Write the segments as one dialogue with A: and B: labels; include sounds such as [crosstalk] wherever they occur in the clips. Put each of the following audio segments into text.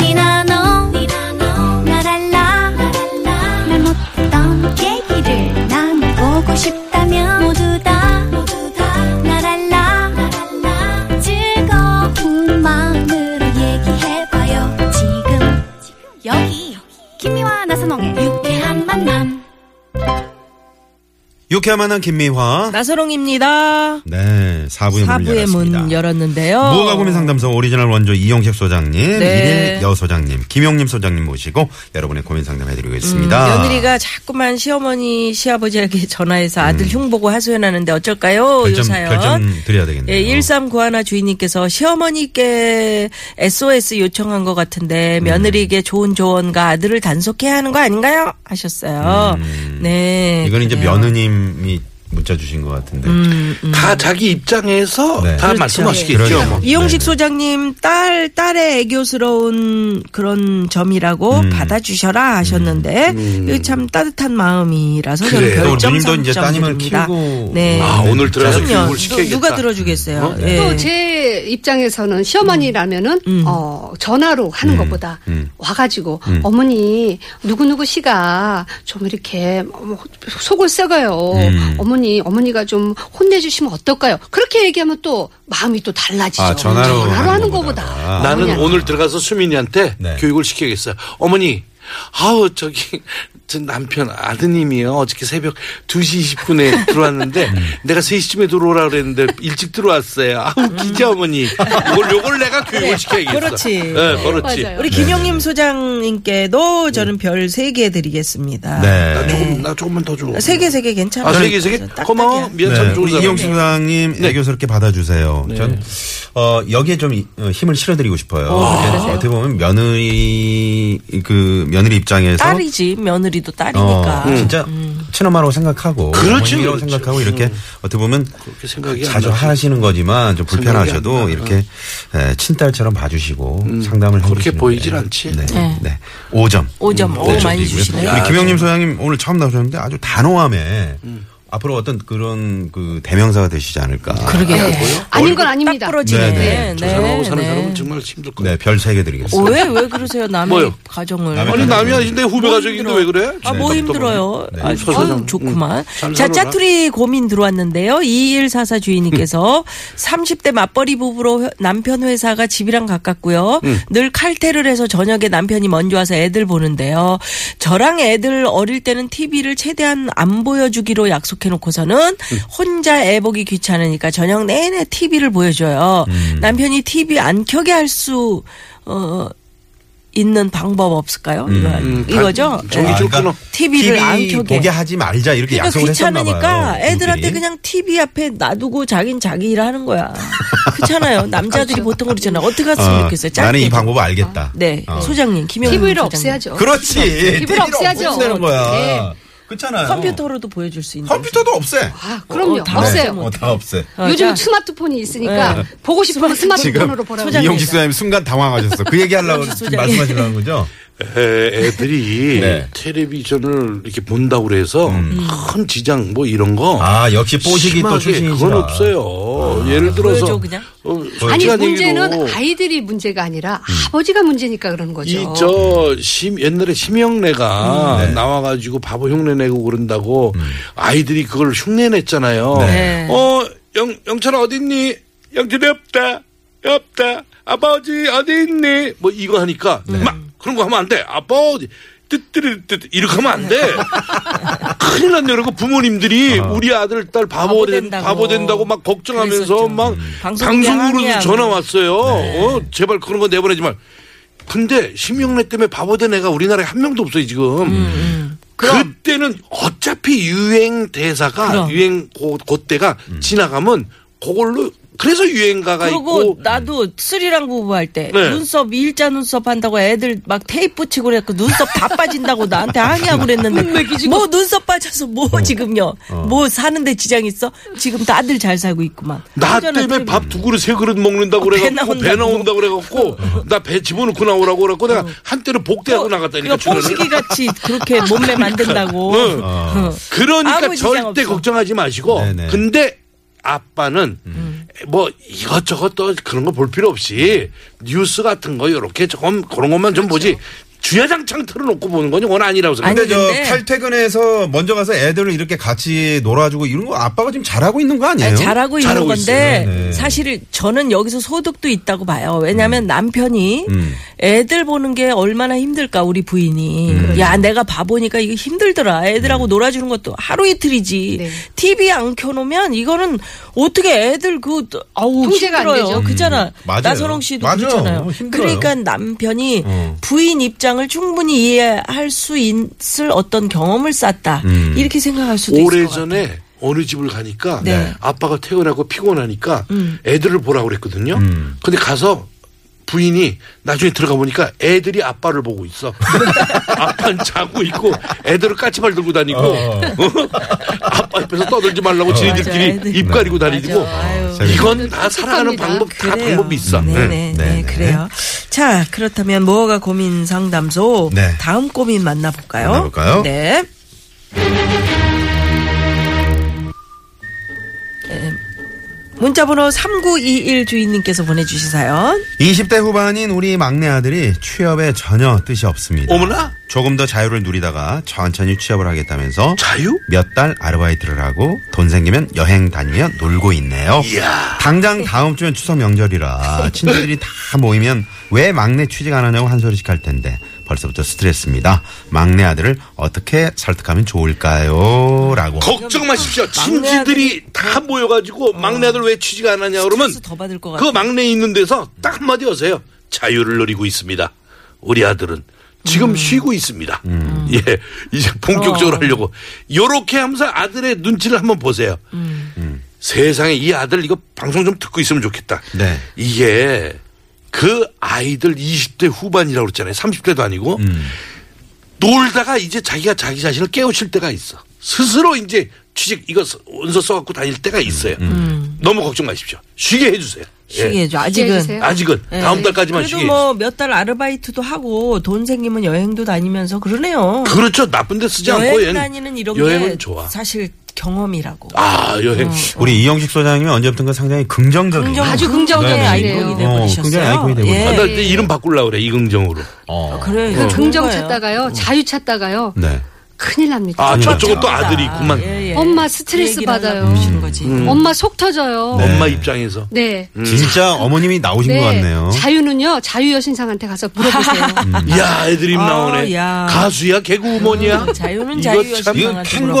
A: 니나노 날 알라 말 못했던 얘기를 나눠보고 싶다면 모두 다날 알라 즐거운 마음으로 얘기해봐요 지금 여기 김미와 나선홍의 유쾌한 만남
B: 유쾌한 만한 김미화.
C: 나서롱입니다.
B: 네, 4부의 문을
C: 4부의
B: 열었습니다.
C: 문 열었는데요.
B: 무가 고민 상담소 오리지널 원조 이용식 소장님,
C: 네.
B: 이일 여 소장님, 김용림 소장님 모시고 여러분의 고민 상담해드리고 있습니다.
C: 음, 며느리가 자꾸만 시어머니 시아버지에게 전화해서
B: 음.
C: 아들 흉보고 하소연하는데 어쩔까요? 요
B: 결정,
C: 사연.
B: 결정 드려야 되겠네요.
C: 예, 1391 주인님께서 시어머니께 SOS 요청한 것
B: 음.
C: 같은데 며느리에게 좋은 조언과 아들을 단속해야 하는 거 아닌가요? 하셨어요. 네.
B: 음. 이건 이제
C: 그래요.
B: 며느님이 문자 주신 것 같은데.
C: 음,
D: 다 자기 입장에서
B: 네.
D: 다
B: 그렇죠.
D: 말씀하시겠죠.
B: 그러네요.
C: 이용식
B: 네.
C: 소장님 딸 딸의 애교스러운 그런 점이라고
D: 음.
C: 받아주셔라 하셨는데 이거 참 따뜻한 마음이라서 저는
D: 그래요.
B: 또
C: 결정
B: 누님도 이제 따님을
C: 상점드립니다.
B: 키우고.
C: 네.
D: 아, 오늘 들어서
C: 그럼요.
D: 교육을 시켜야겠다.
C: 누, 가 들어주겠어요.
D: 어?
C: 예. 음.
E: 또 제 입장에서는 시어머니라면은 어, 전화로 하는 것보다
B: 음.
E: 와가지고 어머니 누구누구 씨가 좀 이렇게 뭐 속을 썩어요.
B: 음.
E: 어머니 어머니가 좀 혼내주시면 어떨까요? 그렇게 얘기하면 또 마음이 또 달라지죠.
B: 아, 전화로 하는
E: 하는
B: 것보다.
E: 것보다
D: 나는
E: 어머니한테.
D: 오늘 들어가서 수민이한테
B: 네.
D: 교육을 시켜야겠어요. 어머니, 아우, 저기, 저 남편 아드님이요. 어저께 새벽 2시 20분에 들어왔는데
B: 음.
D: 내가 3시쯤에 들어오라 그랬는데 일찍 들어왔어요. 아우, 기자 어머니. 이걸, 요걸 내가 교육을 시켜야겠어.
C: 그렇지.
D: 예, 그렇지.
E: 맞아요.
C: 우리
D: 네.
C: 김용림 소장님께도 저는 별 세 개 드리겠습니다.
D: 나
B: 네.
D: 조금, 나 조금만 더 줘.
C: 세 개 세 개 괜찮아요.
D: 아, 세 개, 세 개?
C: 딱딱이야.
D: 고마워. 미안, 참
B: 네.
D: 좋은
B: 우리
D: 네. 사람.
B: 이용식 소장님 애교스럽게 받아주세요. 전 어, 여기에 좀 이- 어, 힘을 실어드리고 싶어요.
D: 아, 네.
B: 이렇게 어떻게 보면 며느리 그 며느리 입장에서
C: 딸이지 며느리도 딸이니까.
D: 음.
C: 음.
B: 어, 진짜 친엄마라고 생각하고
D: 그렇죠,
B: 어머니라고
D: 그렇죠.
B: 생각하고 이렇게 어떻게 보면
D: 생각이 안
B: 자주
D: 나지.
B: 하시는 거지만 좀
D: 생각이 안
B: 불편하셔도
D: 나. 음,
B: 이렇게 에, 친딸처럼 봐주시고 상담을
D: 그렇게
B: 해주시는
D: 보이질
B: 게.
D: 않지.
B: 네.
C: 네.
B: 네. 5점.
C: 오점오
B: 네,
C: 많이
B: 드리고요.
C: 주시네요.
B: 우리
D: 야,
B: 김영림 소장님 오늘 처음 나오셨는데 아주 단호함에
D: 음.
B: 앞으로 어떤 그런 그 대명사가 되시지 않을까.
C: 그러게요.
E: 아닌 건 아닙니다.
C: 딱 부러지네.
B: 네, 네.
D: 저 사람하고 사는 사람은 정말 힘들 거야.
B: 네, 별 세 개 드리겠습니다.
C: 어, 왜, 왜 그러세요? 남의
D: 뭐요?
C: 가정을.
B: 남의
D: 아니 남이
B: 뭐
D: 아닌데 후배 가족인데 왜 그래?
C: 아, 뭐 힘들어요?
B: 네.
C: 아,
D: 서 소장.
C: 아유, 좋구만.
D: 잘
C: 자,
D: 살아라.
C: 짜투리 고민 들어왔는데요. 2144
D: 음.
C: 주인님께서 30대 맞벌이 부부로 회- 남편 회사가 집이랑 가깝고요.
D: 음.
C: 늘 칼퇴를 해서 저녁에 남편이 먼저 와서 애들 보는데요. 저랑 애들 어릴 때는 TV를 최대한 안 보여주기로 약속해놓고서는
D: 음.
C: 혼자 애 보기 귀찮으니까 저녁 내내 TV를 보여줘요.
D: 음.
C: 남편이 TV 안 켜게 할 수, 어, 있는 방법 없을까요?
B: 음.
C: 이거, 이거죠? 네.
D: 전기줄
B: 그러니까
D: 끊어.
C: TV를 안 켜게.
B: 보게 하지 말자 이렇게
C: 그러니까
B: 약속을 했었나
C: 귀찮으니까
B: 봐요. 음,
C: 애들한테
B: 부부끼리.
C: 그냥 TV 앞에 놔두고 자긴 자기 일을 하는 거야.
B: [laughs]
C: 그렇잖아요. 남자들이 보통 그렇잖아요. 어떻게 갔으면
B: 그렇죠. 어,
C: 좋겠어요. 짧게.
B: 나는 이 방법을 알겠다.
C: 네.
B: 어.
C: 소장님, 김영민
E: TV를
C: 소장님.
E: 없애야죠.
C: 네.
B: 그렇지.
E: TV를 없애야죠.
B: 되는 거야.
E: 네.
B: 그렇잖아요.
C: 컴퓨터로도 보여줄 수 있는.
B: 컴퓨터도 없애.
E: 아, 그럼요.
C: 어, 다
E: 없어요.
B: 네, 어, 다 없애.
C: 어,
E: 요즘
C: 자. 네.
E: 스마트폰이 있으니까 보고 싶으면 스마트폰으로 보라고.
C: 소장님.
B: 이용식 소장님 순간 당황하셨어. 그 얘기 하려고 지금
C: [laughs] 소장님.
B: 말씀하시려는 거죠?
D: 애, 들
B: [laughs]
D: 이
B: 네. 음.
D: 텔레비전을 이렇게 본다고 그래서 큰 지장 뭐 이런 거.
B: 아, 역시 뽀식이 또
D: 심하게
B: 출신이시라.
D: 그건 없어요. 예를 들어서
C: 보여줘, 그냥?
D: 어,
E: 아니
D: 솔직한
E: 문제는
D: 얘기로
E: 아이들이 문제가 아니라
B: 음.
E: 아버지가 문제니까 그러는 거죠.
D: 이 저 심 옛날에 심형래가 나와가지고 바보 흉내 내고 그런다고 아이들이 그걸 흉내 냈잖아요.
C: 네.
D: 어 영, 영철아 어딨니? 영철이 없다. 없다. 아버지 어디 있니? 뭐 이거 하니까 막 그런 거 하면 안 돼. 아버지 뜨뜨뜨뜨 이렇게 하면
C: [laughs]
D: 안 돼. 큰일 났네 그러고 부모님들이 우리 아들 딸 바보,
C: 바보
D: 된,
C: 된다고.
D: 바보 된다고 막
C: 그랬었죠. 음.
D: 걱정하면서 막
C: 방송
D: 방송국으로도
C: 양해하고.
D: 전화 왔어요. 어, 제발 그런 거 내보내지 말. 근데 심형래 때문에 바보된 애가 우리나라에 한 명도 없어요 지금.
C: 음,
D: 그때는 어차피 유행 대사가
C: 그럼.
D: 유행 고, 그때가 지나가면 그걸로 그래서 유행가가
C: 그리고
D: 아, 있고
C: 나도 스리랑 부부 할 때
D: 네.
C: 눈썹 일자 눈썹 한다고 애들 막 테이프 치고 그랬고 눈썹 다 빠진다고 나한테 항의하고 그랬는데 뭐 눈썹 빠져서 뭐
D: 어.
C: 지금요 뭐 사는데 지장 있어 지금 다들 잘 살고 있구만
D: 나
C: 완전한
D: 때문에
C: TV.
D: 밥 두 그릇 세 그릇 먹는다고
C: 어, 배
D: 그래갖고 배
C: 나온다고.
D: 나온다고 그래갖고 나 배 집어넣고 나오라고 그래갖고 내가 한때는 복대하고 나갔다니까
C: 그러니까 뽕시기 같이 그렇게 몸매
D: [laughs]
C: 만든다고.
D: 응.
C: 어.
D: 그러니까
C: 아무 지장
D: 절대
C: 없어.
D: 걱정하지 마시고
B: 네네.
D: 근데 아빠는 뭐 이것저것 또 그런 거 볼 필요 없이 뉴스 같은 거 이렇게 조금 그런 것만 좀 보지
C: 그렇죠.
D: 주야장창 틀어놓고 보는 건 이건 아니라고 생각해.
B: 근데 저
C: 근데-
B: 칼퇴근해서 먼저 가서 애들을 이렇게 같이 놀아주고 이런 거 아빠가 지금 잘하고 있는 거 아니에요?
C: 아니, 잘하고 있는
D: 잘하고
C: 건데
B: 있어요. 네.
C: 사실 저는 여기서 소득도 있다고 봐요. 왜냐하면 남편이
B: 음.
C: 애들 보는 게 얼마나 힘들까 우리 부인이.
B: 음.
C: 야 내가 봐보니까 이게 힘들더라. 애들하고 놀아주는 것도 하루 이틀이지.
E: 네.
C: TV 안 켜놓으면 이거는 어떻게 애들 그 아우
E: 통제가 안
C: 힘들어요.
E: 되죠.
C: 그잖아.
B: 음. 맞아요.
C: 나선홍 씨도
B: 맞아요.
C: 그렇잖아요.
B: 힘들어요.
C: 그러니까 남편이
B: 어.
C: 부인 입장을 충분히 이해할 수 있을 어떤 경험을 쌓다
B: 음.
C: 이렇게 생각할 수도 있을 것 같아요.
D: 오래전에 어느 집을 가니까
C: 네. 음.
D: 아빠가 퇴근하고 피곤하니까 애들을 보라고 그랬거든요. 근데 가서 부인이 나중에 들어가 보니까 애들이 아빠를 보고 [laughs] 있어. 아빠는 자고 있고 애들은 까치발 들고 다니고 어. [laughs] 아빠 옆에서 떠들지 말라고
C: 맞아요,
D: 지네들끼리
C: 애들.
D: 입 가리고 다니고
C: 아유.
D: 이건 다 살아가는
C: 습관이다.
D: 방법 다
C: 그래요.
D: 방법이 있어.
C: 네네,
D: 응.
C: 네,
B: 네네.
C: 그래요. 자, 그렇다면 뭐가 고민 상담소
B: 네.
C: 다음 고민 만나볼까요?
B: 만나볼까요?
C: 네. 네. 문자번호 3921 주인님께서 보내주신 사연.
B: 20대 후반인 우리 막내 아들이 취업에 전혀 뜻이 없습니다.
D: 어머나
B: 조금 더 자유를 누리다가 천천히 취업을 하겠다면서
D: 자유?
B: 몇 달 아르바이트를 하고 돈 생기면 여행 다니며 놀고 있네요.
D: 이야.
B: 당장 다음 주면 추석
E: 네.
B: 명절이라 친구들이 다 모이면 왜 막내 취직 안 하냐고 한 소리씩 할 텐데 벌써부터 스트레스입니다. 막내 아들을 어떻게 설득하면 좋을까요? 라고.
D: 걱정 마십시오. 친지들이 다 모여가지고 막내 아들 왜 취직 안 하냐 그러면
C: 스트레스 더 받을 것
D: 그
C: 같아요.
D: 막내 있는 데서 딱 한마디 하세요. 자유를 누리고 있습니다. 우리 아들은 지금
C: 음.
D: 쉬고 있습니다. [laughs] 예, 이제
C: 어.
D: 본격적으로 하려고 요렇게 하면서 아들의 눈치를 한번 보세요.
C: 음.
D: 세상에 이 아들 이거 방송 좀 듣고 있으면 좋겠다.
B: 네.
D: 이게 그 아이들 20대 후반이라고 그랬잖아요. 30대도 아니고 놀다가 이제 자기가 자기 자신을 깨우칠 때가 있어. 스스로 이제 취직 이거 써- 원서 써갖고 다닐 때가 있어요. 너무 걱정 마십시오. 쉬게 해주세요. 예.
C: 쉬게 해줘. 아직은.
E: 해주세요.
D: 아직은 다음 달까지만
C: 예. 그래도
D: 쉬게.
C: 뭐 몇 달 아르바이트도 하고 돈 생기면 여행도 다니면서 그러네요.
D: 해주세요. 그렇죠. 나쁜데 쓰지 않고
C: 여행
D: 얘는-
C: 다니는 이런 게
D: 여행은 좋아.
C: 사실 경험이라고.
D: 아 여행.
C: 음.
B: 우리 이영식 소장님은 언제부턴가 상당히 긍정적인.
C: 긍정-
E: 아주 긍정의
C: 긍정의
E: 아이콘이네요. 예.
C: 아이콘이
B: 어,
C: 되버리셨어요.
B: 긍정의 아이콘이
D: 아,
B: 되버리셨어요.
D: 나
C: 예.
D: 이제 이름 바꿀라 그래 이긍정으로.
B: 어.
C: 그래.
E: 그 긍정
C: 음.
E: 찾다가요, 자유 찾다가요,
B: 네.
E: 큰일 납니다.
D: 아
B: 아니,
D: 저쪽은 또
B: 맞아.
D: 아들이 있구만.
C: 예.
E: 엄마
C: 그
E: 스트레스 받아요.
C: 보시는 거지. 음.
E: 엄마 속 터져요.
B: 음. 네. 음.
D: 엄마 입장에서.
E: 네.
B: 진짜 어머님이 나오신 것 같네요. 음.
E: 자유는요, 자유 여신상한테 가서
B: [laughs]
E: 물어보세요.
D: 이야 애들 입
C: 아,
D: 나오네.
C: 야. 음,
D: 가수야 개그우먼이야.
C: 자유는 음.
D: 이거
C: 자유여신
D: 참-
B: 이거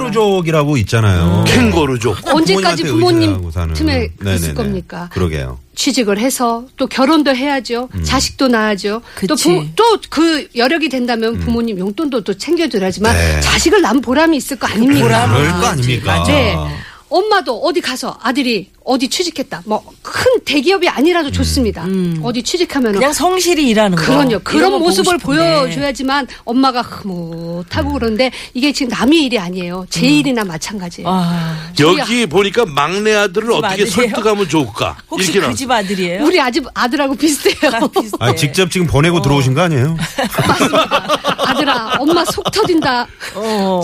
B: 캥거루족이라고 있잖아요.
D: 캥거루족.
E: [laughs] 음.
B: 부모님한테
E: 언제까지 부모님
B: 의지하고 사는.
E: 틈에
B: 네네네.
E: 있을 겁니까?
B: 그러게요.
E: 취직을 해서 또 결혼도 해야죠.
B: 음.
E: 자식도 낳아야죠.
C: 그치.
E: 또또그 여력이 된다면 부모님 용돈도 또 챙겨줘야지만
B: 음. 네.
E: 자식을 낳은 보람이 있을 거 아닙니까?
B: 그럴 거 아닙니까?
E: 네. 엄마도 어디 가서 아들이 어디 취직했다. 뭐 큰 대기업이 아니라도 좋습니다. 어디 취직하면
C: 음. 그냥 성실히 일하는 거.
E: 그럼요.
C: 이런 거
E: 그런
C: 보고
E: 모습을
C: 싶은데. 음.
E: 보여줘야지만 엄마가 흐뭇하고 그런데 이게 지금 남의 일이 아니에요. 제 일이나 마찬가지예요.
C: 아,
D: 여기 보니까 막내 아들을 어떻게
C: 아들이에요?
D: 설득하면 좋을까?
C: 혹시
D: 이렇게
C: 그
D: 나왔어요.
C: 집 아들이에요?
E: 우리 아직 아들하고 비슷해요.
C: 아, [laughs] 비슷해.
B: 아, 직접 지금 보내고 들어오신 거 아니에요?
E: 아들아, 엄마 속 터진다.
C: 어.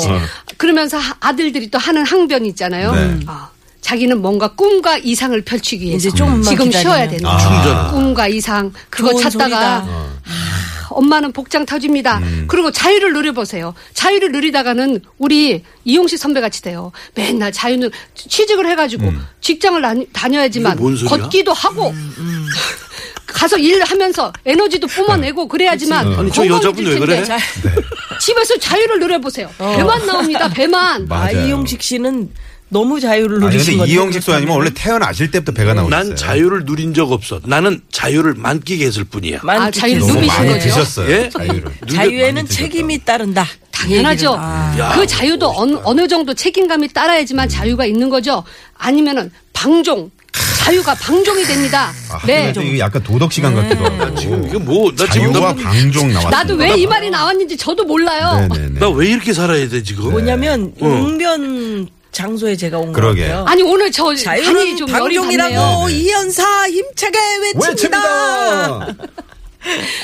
E: 그러면서 하- 아들들이 또 하는 항변이 있잖아요.
B: 네.
E: 아, 자기는 뭔가 꿈과 이상을 펼치기 위해서
C: 이제 조금만
E: 지금
C: 기다리면.
E: 쉬어야 된다.
B: 아.
D: 충전.
E: 꿈과 이상 그거
C: 좋은 소리다.
E: 찾다가
B: 어.
E: 아, 엄마는 복장 터집니다.
D: 음.
E: 그리고 자유를 누려보세요. 자유를 누리다가는 우리 이용식 선배 같이 돼요. 맨날 자유는 취직을 해가지고 직장을 다니- 다녀야지만
D: 음. 이게 뭔 소리야?
E: 걷기도 하고
C: 음,
E: [laughs] 가서 일하면서 에너지도 뿜어내고 그래야지만
D: 네. 아니 저
E: 건강해질
D: 여자분 왜 그래?
E: 텐데 집에서 자유를 누려보세요.
C: 어.
E: 배만 나옵니다.
D: [laughs]
E: 배만.
C: 아,
B: 맞아요.
C: 이용식 씨는 너무 자유를
B: 아니,
C: 누리신
B: 근데
C: 건데.
B: 이영식 소장님은 원래 태어나실 때부터 배가 나오셨어요.
D: 음. 난 자유를 누린 적 없어. 나는 자유를 만끽 했을 뿐이야.
C: 많이
E: 아,
C: 드셨어요.
E: 자유를
B: 너무
E: 누비신
B: 많이
E: 거죠?
B: 드셨어요.
D: 예?
B: 자유를.
C: 자유에는 책임이 따른다.
E: 당연하죠.
C: 얘기를- 아,
E: 그 자유도 어느, 어느 정도 책임감이 따라야지만 자유가 있는 거죠. 아니면은 방종. 자유가 방종이 됩니다.
B: 아,
E: 네.
B: 근데 이게 약간 도덕 시간 같기도 하고.
D: 지금 이게 뭐, 나 지금
B: 자유와
D: 나-
B: 방종 나왔어.
E: 나도 왜 이 말이 나왔는지 저도 몰라요.
B: 네네네.
D: 나 왜 이렇게 살아야 돼 지금?
C: 뭐냐면 용변 장소에 제가 온
B: 네. 그러게요.
C: 거예요.
E: 아니 오늘 저
C: 자유는
E: 방이 좀 열이 받네요.
C: 방종이라고
B: 네, 네.
C: 이연사 힘차게
B: 왜
C: 외친다.
B: 칩니다!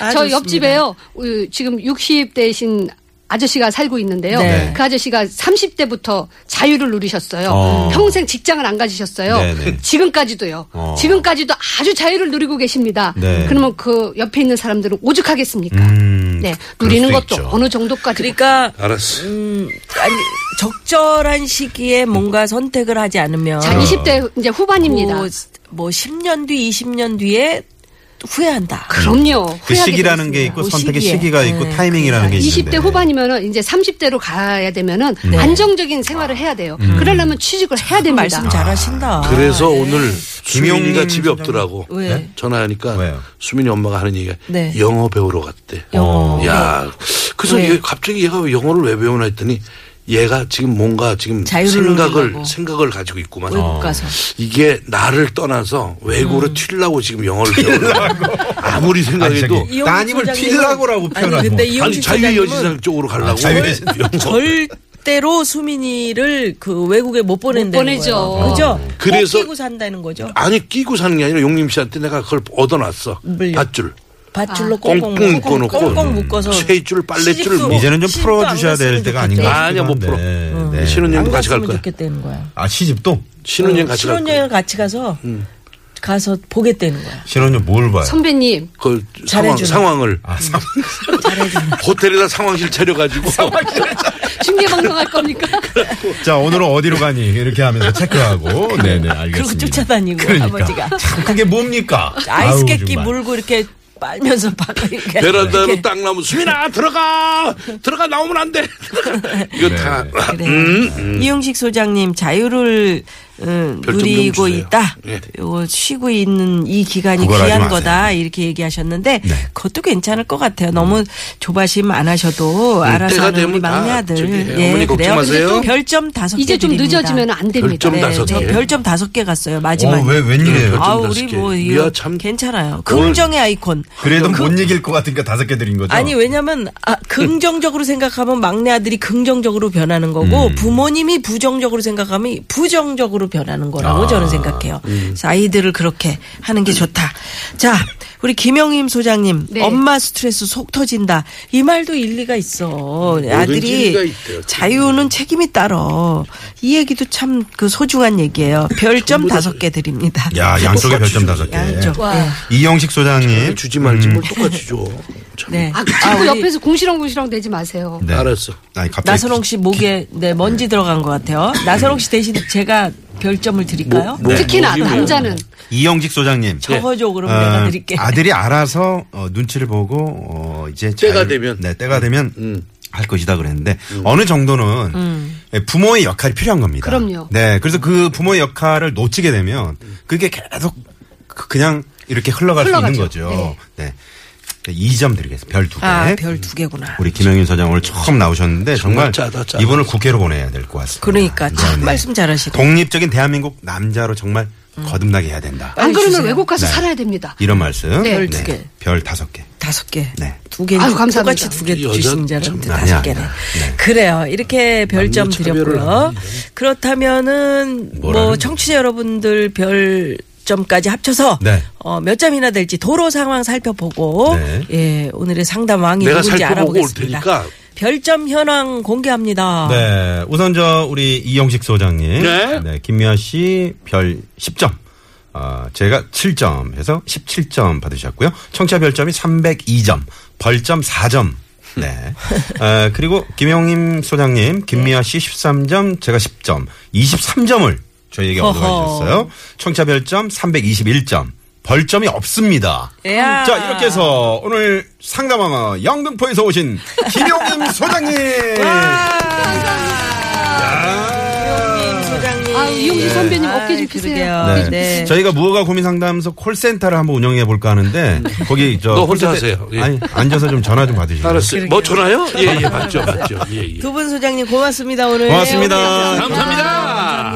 C: 아,
E: 저
C: 좋습니다.
E: 옆집에요. 으, 지금 어, 60대이신 아저씨가 살고 있는데요.
C: 네.
E: 그 아저씨가 30대부터 자유를 누리셨어요.
B: 어.
E: 평생 직장을 안 가지셨어요.
B: 네네.
E: 지금까지도요.
B: 어.
E: 지금까지도 아주 자유를 누리고 계십니다.
B: 네.
E: 그러면 그 옆에 있는 사람들은 오죽하겠습니까?
B: 음,
E: 네,
B: 그럴
E: 누리는
B: 수도
E: 것도
B: 있죠.
E: 어느 정도까지.
C: 그러니까
D: 알았어.
C: 아니 적절한 시기에 뭔가 선택을 하지 않으면
E: 자, 20대 이제 후반입니다.
C: 뭐, 뭐 10년 뒤, 20년 뒤에 후회한다.
E: 그럼요.
B: 그
E: 어, 후회하게
B: 시기라는 게
E: 되겠습니다.
B: 있고
C: 그
B: 선택의
C: 시기에.
B: 시기가 있고
C: 네,
B: 타이밍이라는 게 있는데. 네.
E: 20대 후반이면은 이제 30대로 가야 되면은 안정적인 생활을 해야 돼요.
B: 음.
E: 그러려면 취직을 해야 됩니다.
C: 말씀 잘하신다.
D: 아, 그래서 오늘 수민이가
B: 김용민
D: 집에 없더라고.
C: 네.
D: 네?
C: 왜?
D: 전화하니까
B: 왜요?
D: 수민이 엄마가 하는 얘기가
C: 네.
D: 영어 배우러 갔대.
C: 영어. 네.
D: 야, 그래서
C: 왜?
D: 얘 갑자기 얘가 왜 영어를 왜 배우나 했더니 얘가 지금 뭔가 지금
C: 자유를
D: 생각을
C: 누리려고. 그러니까.
D: 생각을 가지고 있구만. 어.
C: 외국 가서.
D: 이게 나를 떠나서 외국으로
C: 음.
D: 튀려고 지금 영어를 배우려고 아무리 생각해도
C: 이용식
B: 따님을
C: 소장님은-
B: 튀라고라고
C: 아니,
B: 표현하고.
C: 근데
D: 아니
C: 이용식
D: 자유
C: 소장님은 아,
D: 여지상 쪽으로 가려고
B: 자유의 여지상.
D: 영어.
C: 절대로 수민이를 그 외국에 못 보낸다는
E: 보내죠.
C: 거예요. 그죠?
D: 그래서-
C: 그래서 끼고 산다는 거죠.
D: 아니 끼고 사는 게 아니라 용림 씨한테 내가 그걸 얻어놨어.
C: 물려.
D: 밧줄.
C: 밧줄로 꽁꽁,
D: 꽁꽁 묶어놓고 음.
C: 꽁꽁 묶어서
D: 쇠줄 빨래줄
C: 시집도
D: 뭐.
B: 이제는 좀
C: 시집도 안
B: 풀어주셔야 될
C: 갔으면
B: 때가
C: 좋겠대.
B: 아닌가.
D: 아니야,
B: 싶기도
D: 못 어.
B: 한데. 네.
D: 신혼여행도
C: 안
D: 아, 같이 갈
C: 갔으면
D: 거야.
C: 좋겠다는 거야.
B: 아 시집도
D: 신혼여행 같이 음. 갈 거야.
C: 어, 신혼여행을 같이 가서 가서 보겠다는 거야.
B: 신혼여행 뭘 봐요?
E: 선배님,
D: 그 상황,
C: 잘해주는.
D: 상황을
B: 아, 상-
D: [laughs] 호텔에다 상황실 차려가지고
C: [laughs]
E: 중계방송할 겁니까?
B: 자 오늘은 어디로 가니 이렇게 하면서 체크하고 네네 알겠습니다.
C: 그리고 쫓아다니고
B: 그러니까.
C: 뭐
B: [laughs]
C: 아버지가.
B: 참 그게 뭡니까? 아유,
C: 아이스케끼
B: 정말. 어,
C: 물고 이렇게 빨면서 [laughs] 바깥 이렇게
D: 베란다로 땅나무 수민아 들어가 들어가 나오면 안 돼. 이거
B: 네.
D: 다
C: 그래요. 네. 이용식 소장님 자유를 음,
D: 음, 별좀
C: 누리고
D: 주세요.
C: 있다.
D: 예.
C: 요거 쉬고 있는 이 기간이
B: 구걸하지
C: 귀한
B: 마세요.
C: 거다 이렇게 얘기하셨는데
B: 네.
C: 그것도 괜찮을 것 같아요. 너무 조바심 안 하셔도 알아서
D: 음. 때가
C: 하는 우리
D: 되면 다
C: 막내 아들. 네,
D: 저기 어머니 걱정
C: 그래요.
D: 마세요.
C: 근데 또 별점 다섯 개
E: 이제 좀
C: 드립니다. 네,
E: 늦어지면 안 됩니다.
D: 별점
E: 네.
D: 다섯
C: 저
D: 개.
C: 별점 다섯 개 갔어요 마지막.
B: 어, 왜 웬일이에요?
D: 별점
C: 아
D: 다섯
C: 우리
D: 개.
C: 뭐
D: 미아
C: 이거
D: 참-
C: 괜찮아요. 긍정의 아이콘.
B: 그래도 못 이길 것 같으니까 다섯 개 드린 거죠.
C: 아니 왜냐면 아, 긍정적으로 생각하면 막내 아들이 긍정적으로 변하는 거고
D: 음.
C: 부모님이 부정적으로 생각하면 부정적으로 변하는 거라고
B: 아.
C: 저는 생각해요.
D: 음.
C: 그래서 아이들을 그렇게 하는 게 좋다. 자 우리 김영임 소장님
E: 네.
C: 엄마 스트레스 속 터진다 이 말도 일리가 있어.
D: 일리가
C: 아들이
D: 있대요.
C: 자유는 책임이 따러 이 얘기도 참 그 소중한 얘기예요. 별점 다섯 개 드립니다.
B: 야 양쪽에 별점 다섯 개.
C: 양쪽. 예.
E: 와.
B: 이영식 소장님.
D: 주지 말지
B: 음.
D: 뭘 똑같이 줘. 참.
C: 네.
E: 아, 자꾸
C: 우리
E: 옆에서 궁시렁궁시렁 대지 마세요.
B: 네.
D: 알았어.
B: 아니 갑자기
C: 나선홍 씨 목에 네 먼지 들어간 것 같아요. 나선홍 씨 대신 제가 별점을 드릴까요?
D: 뭐, 뭐,
E: 특히나
C: 네.
D: 뭐지, 뭐.
E: 남자는
B: 이영식 소장님.
C: 저거죠 그럼
B: 어,
C: 내가 드릴게.
B: 아들이 알아서 어, 눈치를 보고 어, 이제
D: 때가
B: 자유를-
D: 되면. 음.
B: 네 때가 되면 할 것이다 그랬는데 어느 정도는
C: 음.
B: 예, 부모의 역할이 필요한 겁니다.
E: 그럼요.
B: 네 그래서 그 부모의 역할을 놓치게 되면 그게 계속 그- 그냥 이렇게 흘러갈 수 있는
E: 흘러가죠.
B: 거죠. 네. 2점 드리겠습니다. 별 두 개.
C: 아 별 두 개구나.
B: 네. 우리 김영윤 소장 오늘 처음 나오셨는데 정말,
D: 정말 짜다, 짜다.
B: 이분을 국회로 보내야 될 것 같습니다.
C: 그러니까 참
B: 네.
C: 말씀 잘하시고
B: 독립적인 대한민국 남자로 정말 거듭나게 해야 된다.
E: 안
C: 빨리
E: 그러면
C: 주세요.
E: 외국 가서
B: 네.
E: 살아야 됩니다.
B: 이런 말씀.
E: 네.
C: 별두 개.
B: 별 다섯 개.
C: 다섯 개.
B: 네.
C: 두 개.
E: 아유, 감사합니다.
C: 똑같이 두 개
D: 여자
C: 주신
D: 참
C: 사람들
B: 아니야,
C: 다섯 개네.
B: 아니야. 네.
C: 그래요. 이렇게 별점
D: 남녀 차별을
C: 드렸고요.
D: 하는 일은.
C: 그렇다면은
B: 뭐라는
C: 뭐 청취자 여러분들 별 점까지 합쳐서
B: 네.
C: 어, 몇 점이나 될지 도로 상황 살펴보고
B: 네.
C: 예 오늘의 상담왕이
D: 내가
C: 누군지
D: 살펴보고 올
C: 알아보겠습니다.
D: 테니까.
C: 별점 현황 공개합니다.
B: 네. 우선 저 우리 이영식 소장님.
D: 네.
B: 김미아 씨 별 10점. 아, 제가 7점 해서 17점 받으셨고요. 청취자 별점이 302점. 벌점 4점. 네. 아, 그리고 김영임 소장님, 김미아 씨 13점, 제가 10점. 23점을 저희에게
C: 어허.
B: 얻어가셨어요. 청취자 별점 321점. 벌점이 없습니다.
C: 야.
B: 자, 이렇게 해서 오늘 상담하마 영등포에서 오신 김용임 소장님.
C: 이용민 소장님.
E: 아, 이용민 선배님 어깨 좀
C: 아, 아이,
E: 피세요.
C: 그러게요.
B: 네.
C: 아. 네.
B: 저희가 무허가 고민 상담소 콜센터를 한번 운영해 볼까 하는데
C: 네.
B: 거기 저
D: 너 혼자
B: 콜센터-
D: 하세요. 예.
B: 어, 아니, 앉아서 좀 전화 좀 받으시죠.
D: 알았어요. 뭐 전화요? 예, 예,
B: [laughs]
D: 맞죠, 맞죠. 예, 예.
C: 두 분 소장님 고맙습니다 오늘.
B: 고맙습니다.
C: 네, 오늘
D: 감사합니다.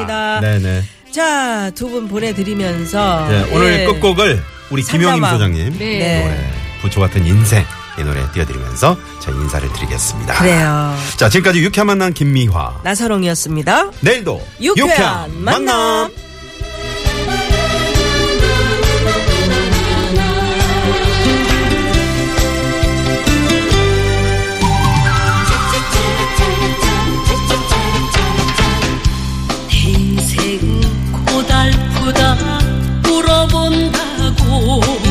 C: 감사합니다.
B: 네, 네.
C: 자, 두 분 보내드리면서.
B: 네, 오늘
C: 예.
B: 끝곡을 우리 김용임
C: 상담왕.
B: 소장님
E: 네.
B: 노래 부초 같은 인생 이 노래 띄워드리면서 저희 인사를 드리겠습니다.
C: 그래요.
B: 자, 지금까지 유쾌한 만남 김미화.
C: 나서롱이었습니다.
B: 내일도
C: 유쾌한 만남.
A: 칙칙칙
C: 건다고